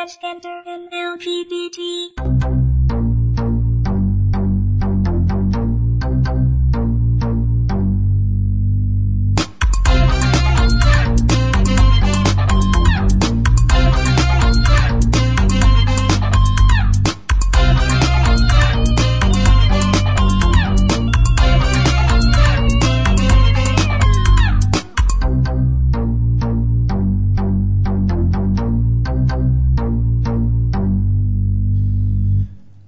transgender and LGBT.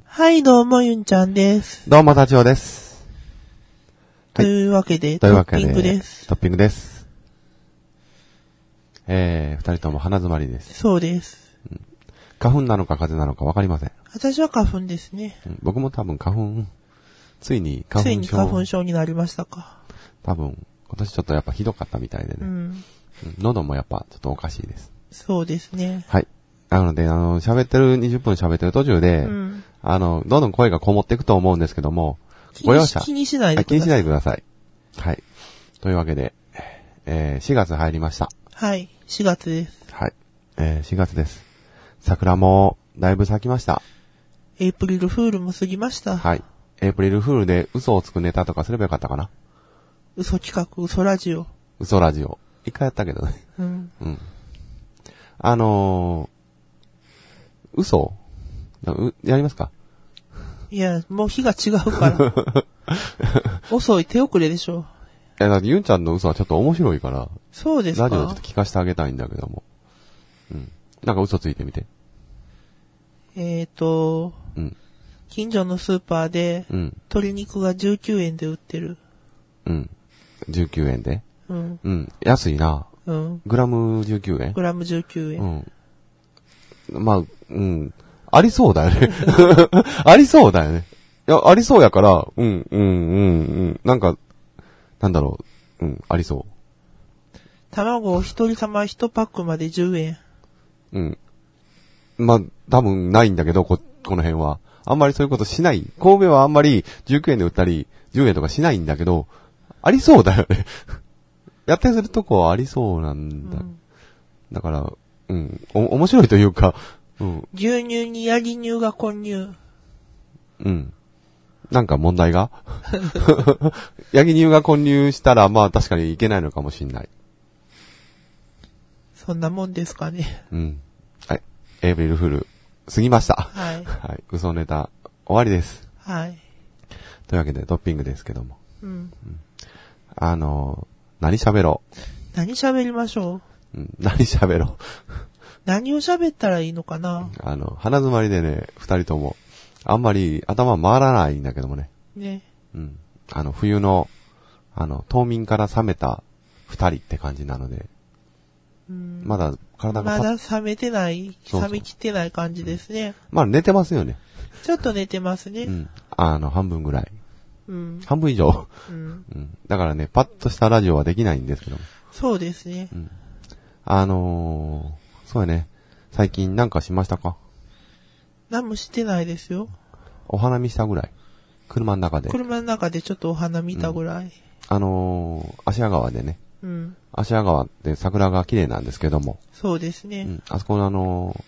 はい、どうも、ゆんちゃんです。どうも、ダチョウです。というわけで、とトいうわけッで、ピングです。トッピングです。えー、二人とも鼻詰まりです。そうです。花粉なのか風邪なのかわかりません。私は花粉ですね。うん僕も多分花粉、ついに花粉つ症。いに花粉症になりましたか。多分、今年ちょっとやっぱひどかったみたいでね。ううんん。喉もやっぱちょっとおかしいです。そうですね。はい。なので、あの、喋ってる、20分喋ってる途中で、うん。あの、どんどん声がこもっていくと思うんですけども、気ごに容し赦。気にしないはでいく気にだしさ。ないいでください。はい。というわけで、えー4月入りました。はい。4月です。はい。えー4月です。桜も、だいぶ咲きました。エイプリルフールも過ぎました。はい。エイプリルフールで嘘をつくネタとかすればよかったかな。嘘企画、嘘ラジオ。嘘ラジオ。一回やったけどね。うん。うん。あのー、嘘うやりますかいや、もう日が違う から。遅い、手遅れでしょ。え、だってゆんちゃんの嘘はちょっと面白いから、そうですかラジオでちょっと聞かせてあげたいんだけども。うん。なんか嘘ついてみて。えーと、うん。近所のスーパーで、うん。鶏肉が19円で売ってる。うん。19円で。うん。うん。安いな。うん。グラム19円グラム19円。うん。まあ、うん。ありそうだよね。 ありそうだよね。いや、ありそうやから、うん、うん、うん、うん。なんか、なんだろう。うん、ありそ卵を一人様一パックまで10円。う。うん。まあ、多分ないんだけど、こ、この辺は。あんまりそういうことしない。神戸はあんまり19円で売ったり、10円とかしないんだけど、ありそうだよね。 やってするとこはありそうなんだ。うんだから、うん、お、面白いというか、うん、牛乳にヤギ乳が混入。うん。なんか問題が ヤギ乳が混入したら、まあ確かにいけないのかもしんない。そんなもんですかね。うん。はい。エイブリルフール、過ぎました。はい。はい。嘘ネタ、終わりです。はい。というわけで、トッピングですけども。うん。あのー、何喋ろ何喋りましょうう。うん、何喋ろ何を喋ったらいいのかなう。あの、鼻詰まりでね、二人とも、あんまり頭回らないんだけどもね。ね。うん。あの、冬の、あの、冬眠から冷めた二人って感じなので、うん。まだ体まがさ、だ冷めてない、そうそ冷うめきってない感じですね。まだ寝てますよね。ちょっと寝てますうね。ん。あの、半分ぐらい。うん。半分以上。うん。うん。だからね、パッとしたラジオはできないんですけども。そうですね。あのー、そうやね。最近なんかしましたか何もしてないですよ。お花見したぐらい。車の中で。車の中でちょっとお花見たぐらい。あのー、芦屋川でね。うん。芦屋川って桜が綺麗なんですけども。そうですうね。ん。あそこのあの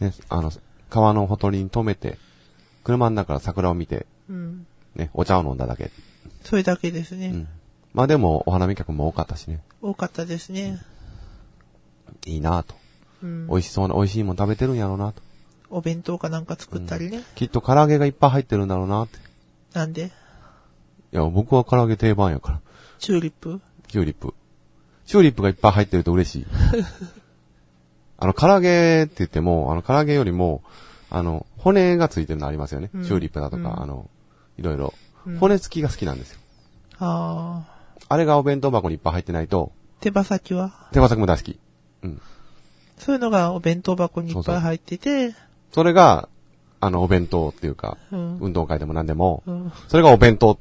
ー、ね、あの、川のほとりに止めて、車の中から桜を見て、うん。ね、お茶を飲んだだけ。それだけですね。うん。まあでも、お花見客も多かったしね。多かったですね。いいなぁと。うん。美味しそうな、美味しいもん食べてるんやろうなと。お弁当かなんか作ったりね。きっと唐揚げがいっぱい入ってるんだろうなって。いなんでや、僕は唐揚げ定番やから。チューリップチューリップ。チューリップがいっぱい入ってると嬉し い。あの、唐揚げって言っても、あの、唐揚げよりも、あの、骨がついてるのありますよね。うんチューリップだとか、うんあの、いろいろうん。骨付きが好きなんですよ。ああ。あれがお弁当箱にいっぱい入ってないと、手羽先は手羽先も大好き。うん。そういうのがお弁当箱にいっぱい入ってて、それが、あの、お弁当っていうか、うん運動会でも何でも、うん。それがお弁当。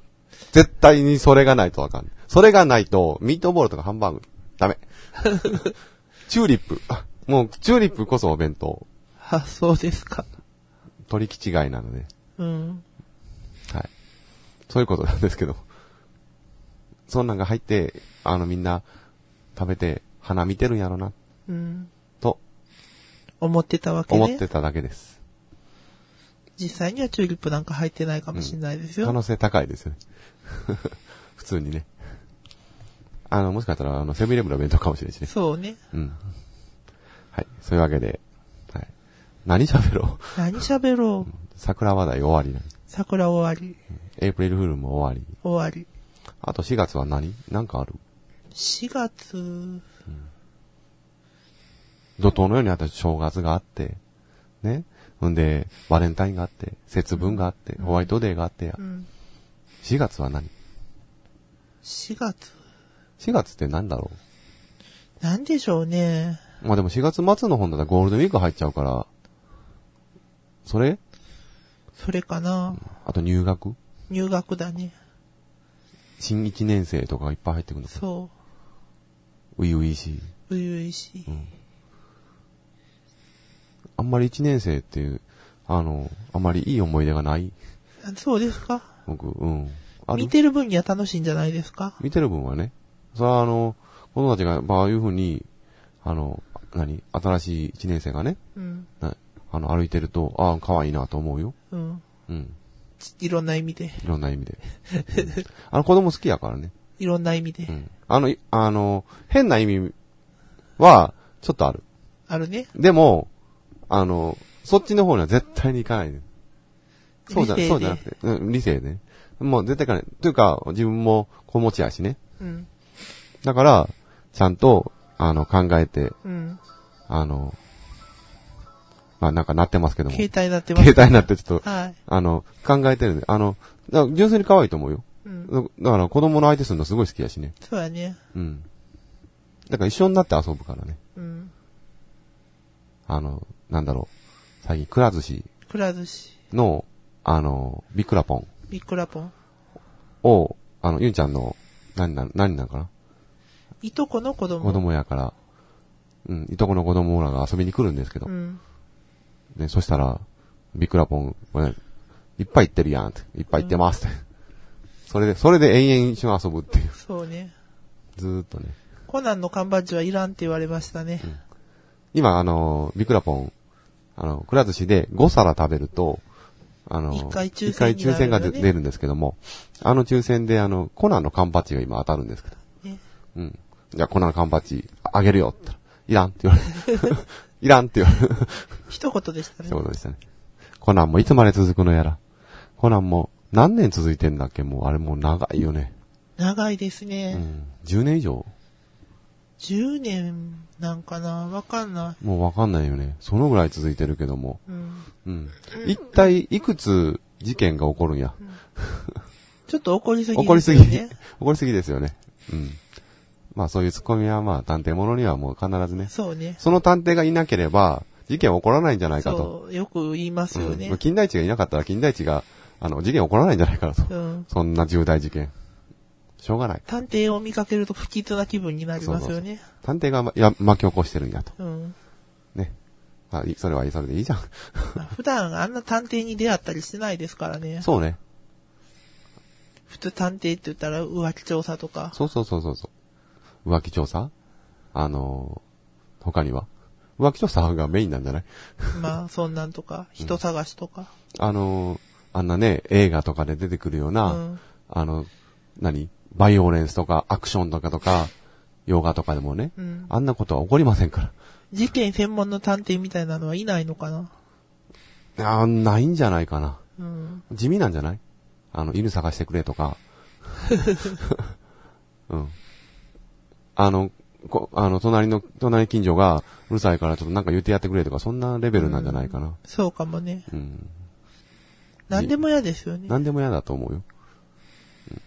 絶対にそれがないとあかん。それがないと、ミートボールとかハンバーグ、ダメ。チューリップ。あもう、チューリップこそお弁当。あ、そうですか。取り違いなので。うん。はい。そういうことなんですけど。そんなんが入って、あのみんな、食べて、花見てるんやろな、うん。と。思ってたわけ思っね。てただけです。実際にはチューリップなんか入ってないかもしれないですよ。可能性高いですよね。 普通にね。あの、もしかしたら、あの、セブンイレブンの弁当かもしれないしね。そうね。うん。はい。そういうわけで、はい。何喋ろう 何喋ろう。桜話題終わりなん桜終わり。エイプリルフールも終わり。終わり。あと4月は何なんかある4月、怒涛のようにあった正月があって、ね。ほんで、バレンタインがあって、節分があって、ホワイトデーがあってやう。ん。 4月は何4月、 ?4 月って何だろなんでしょうね。うまあでも4月末の本だったらゴールデンウィーク入っちゃうから、それそれかな。あと入学入学だね。新1年生とかがいっぱい入ってくるのか。そういういしい。う。初々しい。あんまり1年生っていう、あの、あんまりいい思い出がない。あそうですか僕、うん。ある見てる分には楽しいんじゃないですか見てる分はね。それはあの、子供たちが、まあ、ああいうふうに、あの、何新しい1年生がね、うん。なあの、歩いてると、ああ、可愛いなと思うよ。うん。うん。ちいろんな意味で。いろんな意味で。うんあの、子供好きやからね。いろんな意味で。うん。あの、いあの、変な意味は、ちょっとある。あるね。でも、あの、そっちの方には絶対に行かないで。そうじゃ、理性でそうじゃなくて、うん、理性ね。もう絶対行かない。というか、自分も子持ちやしね。うん。だから、ちゃんと、あの、考えて、うん。あの、まあ、なんかなってますけども。携帯になってます。携帯になってちょっと、はい。あの、考えてるんで、あの、だ純粋に可愛いと思うよ。うん。だだから、子供の相手するのすごい好きやしね。そうやね。うん。だから一緒になって遊ぶからね。うん。あの、なんだろう。最近、くら寿司くら寿司、の、あの、ビクラポンビッくらポン。を、あの、ゆんちゃんの、何なん、何なんかないとこの子供。子供やから、うん、いとこの子供らが遊びに来るんですけど、うん。ね、そしたら、ビクラポン、ごめんいっぱい行ってるやんって、いっぱい行ってますって。それで、それで延々一緒に遊ぶっていう。そうね。ずーっとね。コナンの缶バッジはいらんって言われましたね。今、あの、ビクラポン、あの、くら寿司で5皿食べると、あの、一回抽選一回抽選がになるよね出出るんですけども、あの抽選で、あの、コナンの缶バッジが今当たるんですけど、ねうん。じゃあ、コナンの缶バッジあげるよって言ったら、いらんって言われ る。いらんって言われる。一言でしたねって。ことでしたね。コナンもいつまで続くのやら。コナンも何年続いてんだっけもうあれもう長いよね。長いですうね。ん。10年以上10年なんかなわかんなもうわかんないよね。そのぐらい続いてるけども。い。うん。うん。一体いくつ事件が起こるんや。ちょっと怒りすぎ起こりすぎ、 で起よねこりすぎですよね。うん。まあそういうツッコミはまあ探偵ものにはもう必ずね。そうね。その探偵がいなければ事件は起こらないんじゃないかと。そう、よく言いますよねん。金田一がいなかったら金田一が、あの、事件起こらないんじゃないかなと。うん。そんな重大事件。しょうがない。探偵を見かけると不吉な気分になりますよね。探偵がま、いや、 巻き起こしてるんやと。うん。ね。まあ、いそれはいそれでいいじゃん。普段あんな探偵に出会ったりしてないですからね。そうね。普通探偵って言ったら浮気調査と か、そうそうそうそうそう。浮気調査あのー他には浮気調査がメインなんじゃないまあそんなんとか、人探しとか。あのーあんなね、映画とかで出てくるよううな、ん。あの、何バイオレンスとか、アクションとか とか、洋画とかでもね、うん。あんなことは起こりませんか事件専門の探偵みたいなのはいないのかな。ら。あーないんじゃないかな。うん。地味なんじゃないあの、犬探してくれと か。うん。あの、こあの、隣の、隣近所が、うるさいからちょっとなんか言ってやってくれとか、そんなレベルなんじゃないかな。そうかもね。うん。何でも嫌ですよね。何でも嫌だと思うよ。うん、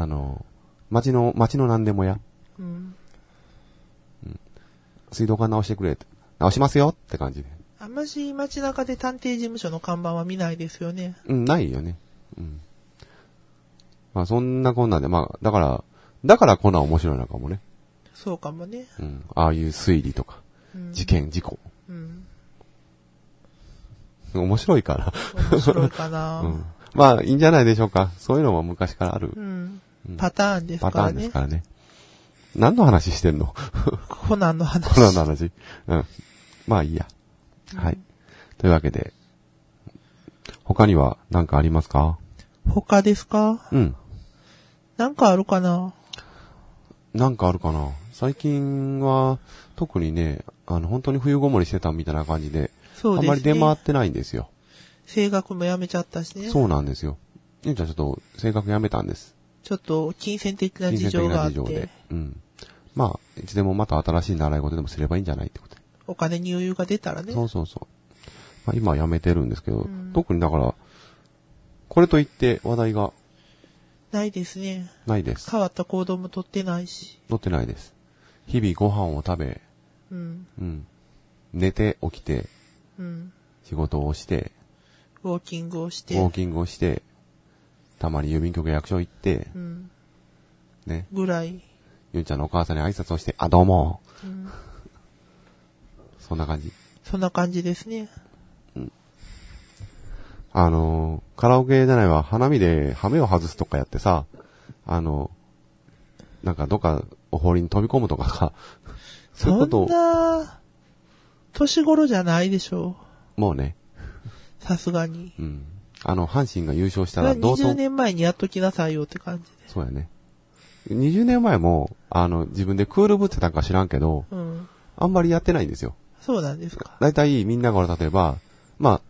あの、町の、町の何でも嫌。うん。水道管直してくれって。直しますよって感じで。あんまし街中で探偵事務所の看板は見ないですよね。うん、ないよね。うん。まあ、そんなこんなんで、まあ、だから、だからこんなん面白いのかもね。そうかもね。うん。ああいう推理とか、うん。事件、事故。うん。面白いから。面白いかう。。なん まあ、いいんじゃないでしょうか。そういうのも昔からあるうん。パターンですパかターらンですね。からね。何の話してんのコナンの話。コナンの話。うん。まあいいや。はい。というわけで、他には何かありますか他ですかうん。なんかあるかななんかあるかな最近は、特にね、あの、本当に冬ごもりしてたみたいな感じで、そうあですんね。まり出回ってないんですよ。声楽もやめちゃったしね。そうなんですよ。ゆうちゃんちょっと、性格やめたんです。ちょっと、金銭的な事情があっ金銭的なて、。うん。まあ、いつでもまた新しい習い事でもすればいいんじゃないってことでお金に余裕が出たらね。そうそうそう。まあ、今はやめてるんですけど、うん特にだから、これといって話題がないですね。ないです。変わった行動も取ってないし。載ってないです。日々ご飯を食べ、うん。うん。寝て起きて、うん。仕事をして、ウォーキングをしウて。ォーキングをして、たまに郵便局や役所行って、うん。ね、ぐらい。ゆんちゃんのお母さんに挨拶をして、あ、どうも。うん。 そんな感じ。そんな感じですね。あのー、カラオケじゃないわ、花見で羽目を外すとかやってさ、あの、なんかどっかお堀に飛び込むとかさ、 そういうそことんを、な、年頃じゃないでしょもうね、う。さすがに。うん。あの、阪神が優勝しそたれらは同20窓年前にやっときなさいよって感じで。そうやね。20年前も、あの、自分でクールぶってたんか知らんけど、うん。あんまりやってないんですよ。そうなんですか。だいたいみんなが例えば、まあ、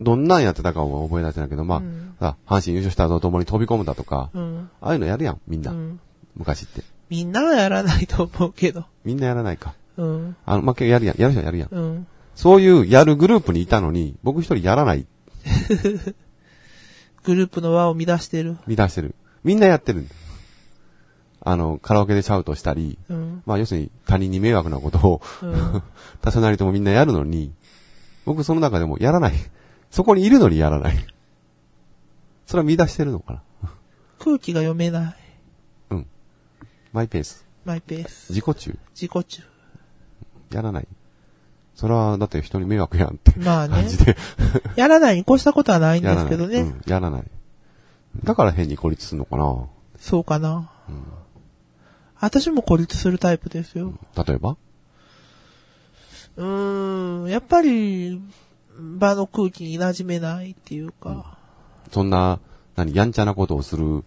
どんなんやってたかは覚え出せないけど、まあ、うんさ阪神優勝したとともに飛び込むだとか、うん。ああいうのやるやん、みんうな。ん。昔って。みんなはやらないと思うけど。みんなやらないか。うん。あの、まあ、やるやん、やる人はやるやん。うん。そういうやるグループにいたのに、僕一人やらない、グループの輪を乱してる。乱してる。みんなやってるんだあの、カラオケでシャウトしたり、うん。まあ、要するに他人に迷惑なことを、 うん。他者なりともみんなやるのに、僕その中でもやらない。そこにいるのにやらない。それは乱してるのかな空気が読めない。うん。マイペース。マイペース。自己中。自己中。やらない。それは、だって人に迷惑やんってまあね感。じ で。やらないに越したことはないんやでらすない。けどね。うんやらない。だから変に孤立するのかなそうかな。私も孤立するタイプですよ。例えばうーん。やっぱり、場の空気に馴染めないっていうか。そんな、何、やんちゃなことをする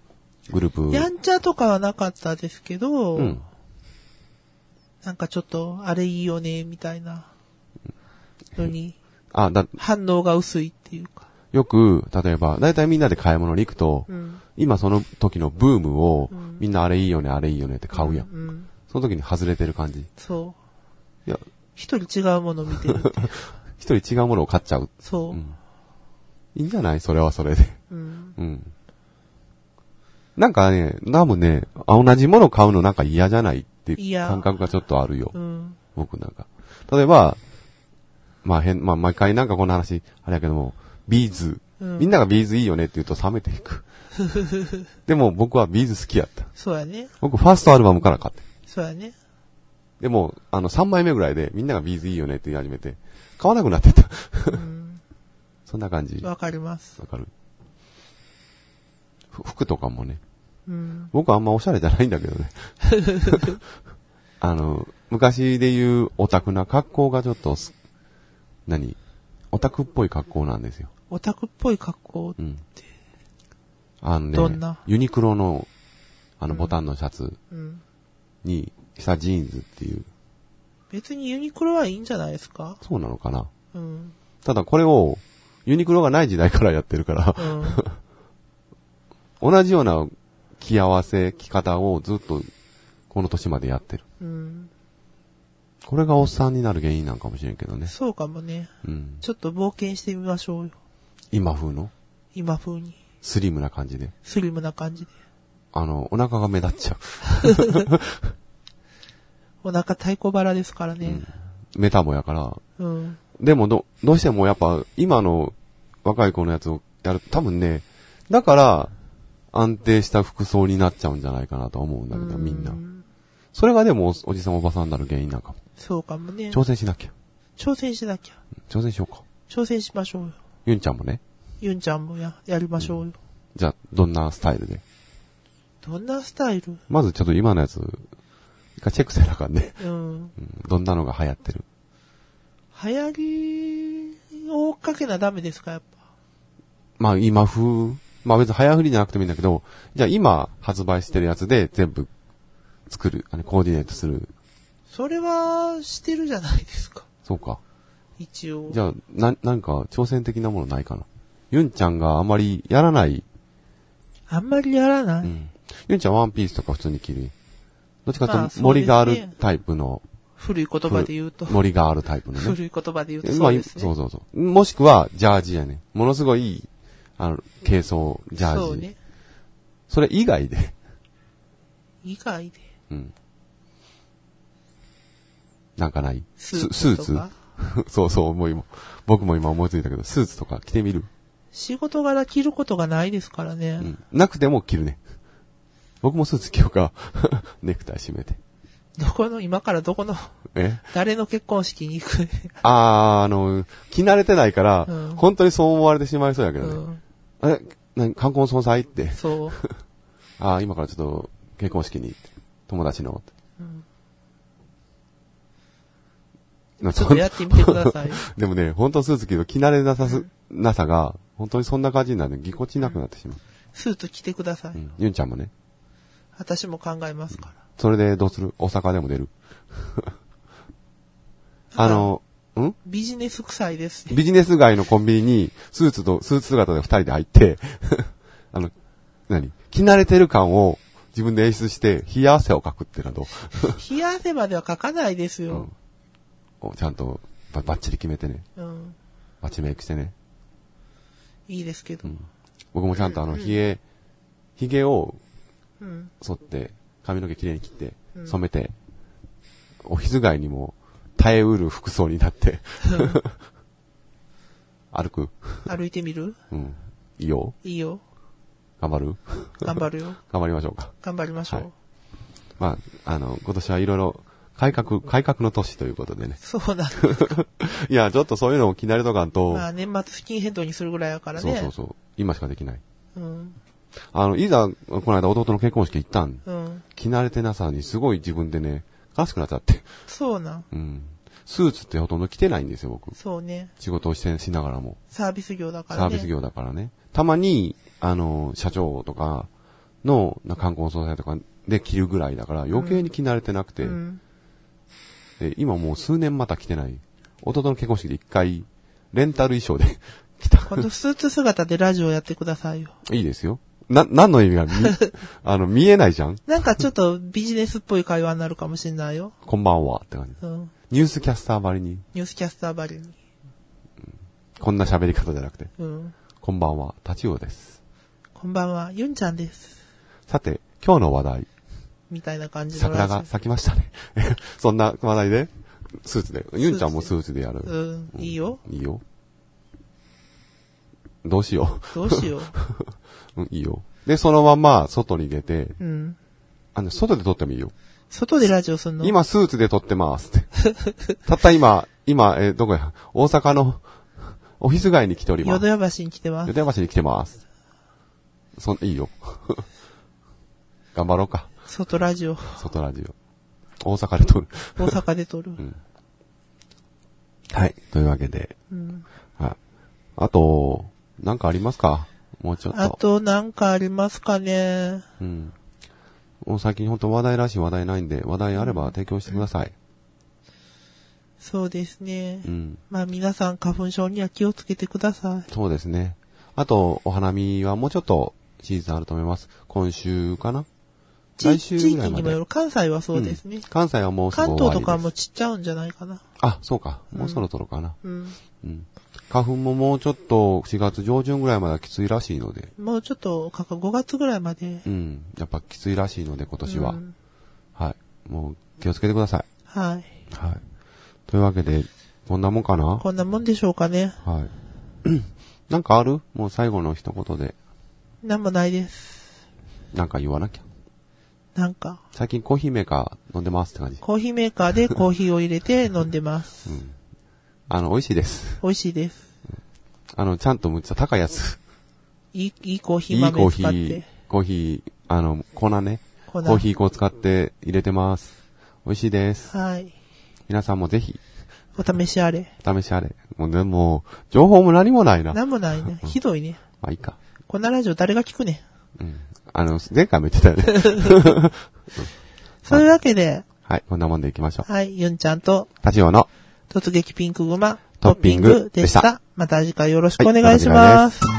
グループ。やんちゃとかはなかったですけど、うん。なんかちょっと、あれいいよね、みたいな。のに、あ、だ、反応が薄いっていうか。よく、例えば、だいたいみんなで買い物に行くと、うん。今その時のブームをん、みんなあれいいよね、あれいいよねって買うやん。うん。その時に外れてる感じ。いそう。や、一人違うもの見てるって いう。一人違うものを買っちゃう。そうう。ん。いいんじゃないそれはそれで。うん。うん。なんかね、ナムね、あ同じもの買うのなんか嫌じゃないっていう嫌感覚がちょっとあるよ。うん。僕なんか。例えば、まあ変、まあ毎回なんかこの話、あれやけども、ビーズ。うんみんながビーズいいよねって言うと冷めていく。 でも僕はビーズ好きやった。そうやね。僕ファーストアルバムから買って。そうやね。でも、あの3枚目ぐらいでみんながビーズいいよねって言い始めて、買わなくなってた。うん。 そんな感じ。わわかります。かるふ服とかもね。うん。僕あんまおしゃれじゃないんだけどね。あの、昔で言うオタクな格好がちょっとす、何オタクっぽい格好なんですよ。オタクっぽい格好う。ん。あのね、どんなユニクロの、あのボタンのシャツうん。に、下ジーンズっていう、別にユニクロはいいんじゃないですかそうなのかなうん。ただこれを、ユニクロがない時代からやってるからう、ん。同じような着合わせ、着方をずっと、この年までやってる。うん。これがおっさんになる原因なんかもしれんけどね。そうかもね。うん。ちょっと冒険してみましょうよ。今風の今風に。スリムな感じで。スリムな感じで。あの、お腹が目立っちゃお腹太鼓腹ですからね。う。メタボやから。うん。でもど、どうしてもやっぱ、今の若い子のやつをやる、多分ね、だから、安定した服装になっちゃうんじゃないかなと思うんだけど、みんなう。んそれがでもお、おじさんおばさんになる原因なんかも。そうかもね。挑戦しなきゃ。挑戦しなきゃ。挑戦しようか。挑戦しましょうよ。ユンちゃんもね。ユンちゃんもや、やりましょうよ。じゃあ、どんなスタイルで。どんなスタイルまずちょっと今のやつ、一回チェックせなあかんね。うん。うんどんなのが流行ってる。流行りを追っかけなダメですか、やっぱ。まあ今風、まあ別に早振りじゃなくてもいいんだけど、じゃあ今発売してるやつで全部作る、あの、コーディネートする。それは、してるじゃないですか。そうか。一応。じゃあ、な、なんか挑戦的なものないかな。ユンちゃんがあまりやらない。あ、んまりやらない、うん。ユンちゃんワンピースとか普通に着る。どっちかまっあていうそうですねと森があるタイプの、古い言葉で言うと。森があるタイプのね。古い言葉で言うと まそあうですね。そうそうそう。もしくは、ジャージやね。ものすごいいい、あの、軽装、ジャージ。そうね。それ以外で。以外で。うん。なんかないスーツスーとかツ そうそう、もう今、僕も今思いついたけど、スーツとか着てみる、仕事柄着ることがないですからね。うん、なくても着るね。僕もスーツ着ようか。 ネクタイ締めて。どこの、今からどこの、え誰の結婚式に行く、あー、あの、着慣れてないから、うん本当にそう思われてしまいそうやけうどね。ん。え、な観光総裁って。そう。ああ、今からちょっと、結婚式に、友達の。うんなちょっとやってみてください。 でもね、本当スーツ着ると着慣れなさす、なさが、本当にそんな感じになるねぎこちなくなってしまう。スーツ着てください。うん。ゆんちゃんもね。私も考えますから。それでどうする大阪でも出る あの、んビジネス臭いですね。ビジネス街のコンビニに、スーツと、スーツ姿で二人で入って、 あの、何着慣れてる感を自分で演出して、冷や汗をかくってなど、冷や汗までは書かないですうよん。をちゃんとば、ばっちり決めてね。うん。バッチメイクしてね。いいですけど。僕もちゃんとあの、ひげ、ひげをうん。剃って、髪の毛きれいに切って、染めて、オフィス街にも耐えうる服装になって、 歩く。歩いてみるうん。いいよ。いいよ。頑張る頑張るよ。頑張りましょうか。頑張りましょう。はいまあ、あの、今年はいろいろ、改革、改革の年ということでね。 そうなんですいや、ちょっとそういうのを気慣れとかんと、まあ年末スキンヘッドにするぐらいやからそね。うそうそう。今しかできない。うん。あの、いざ、この間弟の結婚式行ったん。うん。着慣れてなさにすごい自分でね、悲しくなっちゃって。そうなん。うん。スーツってほとんど着てないんですよ、僕。そうね。仕事をしてしながらも。サービス業だからサーね。ビス業だからね。たまに、あの、社長とかの、な観光総裁とかで着るぐらいだから、余計に着慣れてなくて、うん。で今もう数年また着てない。弟の結婚式で一回、レンタル衣装で 着た。今度スーツ姿でラジオやってくださいよ。いいですよ。な、何の意 味が見、あの、見えないじゃんなんかちょっとビジネスっぽい会話になるかもしれないよ。こんばんはって感じ。うん。ニュースキャスターばりに、ニュースキャスターばりに。こんな喋り方じゃなくて、うん。こんばんは、立ちようです。こんばんは、ユンちゃんです。さて、今日の話題。みたいな感じのラ桜ジオが。咲きましたね。 そんな話題で、スーツで。ユンちゃんもスーツでやる。うん、いいよ。いいよ。どうしよどうしよう。うん、いいよ。で、そのまま外に出て、う。うん。あの、外で撮ってもいいよ。外でラジオすんの、今スーツで撮ってますって。 たった今、今、えーどこや、大阪のオフィス街に来ておりま淀す。屋橋に来てます淀。屋橋に来てます。そん、いいよ。 頑張ろうか。外ラジオ。外ラジオ。大阪で撮る。大阪で撮る。はい。というわけで、うん。はい。あと、なんかありますかもうちょっと。あと、なんかありますかね。うん。もう最近本当話題らしい話題ないんで、話題あれば提供してください。そうですね。うん。まあ皆さん花粉症には気をつけてください。そうですね。あと、お花見はもうちょっとシーズンあると思います。今週かな地来週地ぐ域らいまにでもよる。関西はそうですね。ん関西はもうすぐ関終わ東とりですかも散っちゃうんじゃないかな。あ、そうか。もうそろそろかな。うん。うん。花粉ももうちょっと4月上旬ぐらいまではきついらしいので。もうちょっと、かか5月ぐらいまで。うん。やっぱきついらしいので今年は。うんはい。もう気をつけてくださはい。い。はい。というわけで、こんなもんかなこんなもんでしょうかね。はい。 なんかあるもう最後の一言で、なんもないです。なんか言わなきゃ。なんか、最近コーヒーメーカー飲んでますって感じ。コーヒーメーカーでコーヒーを入れて飲んでます。 あの、美味しいです。美味しいです。あの、ちゃんとむっちゃ高いやつ。いい、いいコーヒいーいコー豆ヒ使って。ー、コーヒー、あの、粉ね。粉コーヒー粉を使って入れてます。美味しいです。はい。皆さんもぜひ、お試しあれ。試しあれ。もう、でも、情報も何もないな。まなんもないね。ひどいね。あ、いいか。こんなラジオ誰が聞くねん。うん。あの、前回も言ってたよ ね。そういうわけで、はい、こんなもんで行きましょはい、ユンちゃんとう。タジオの、突撃ピンクグマトッピングででし。したたまた次回よろしくはお願いします。お願いす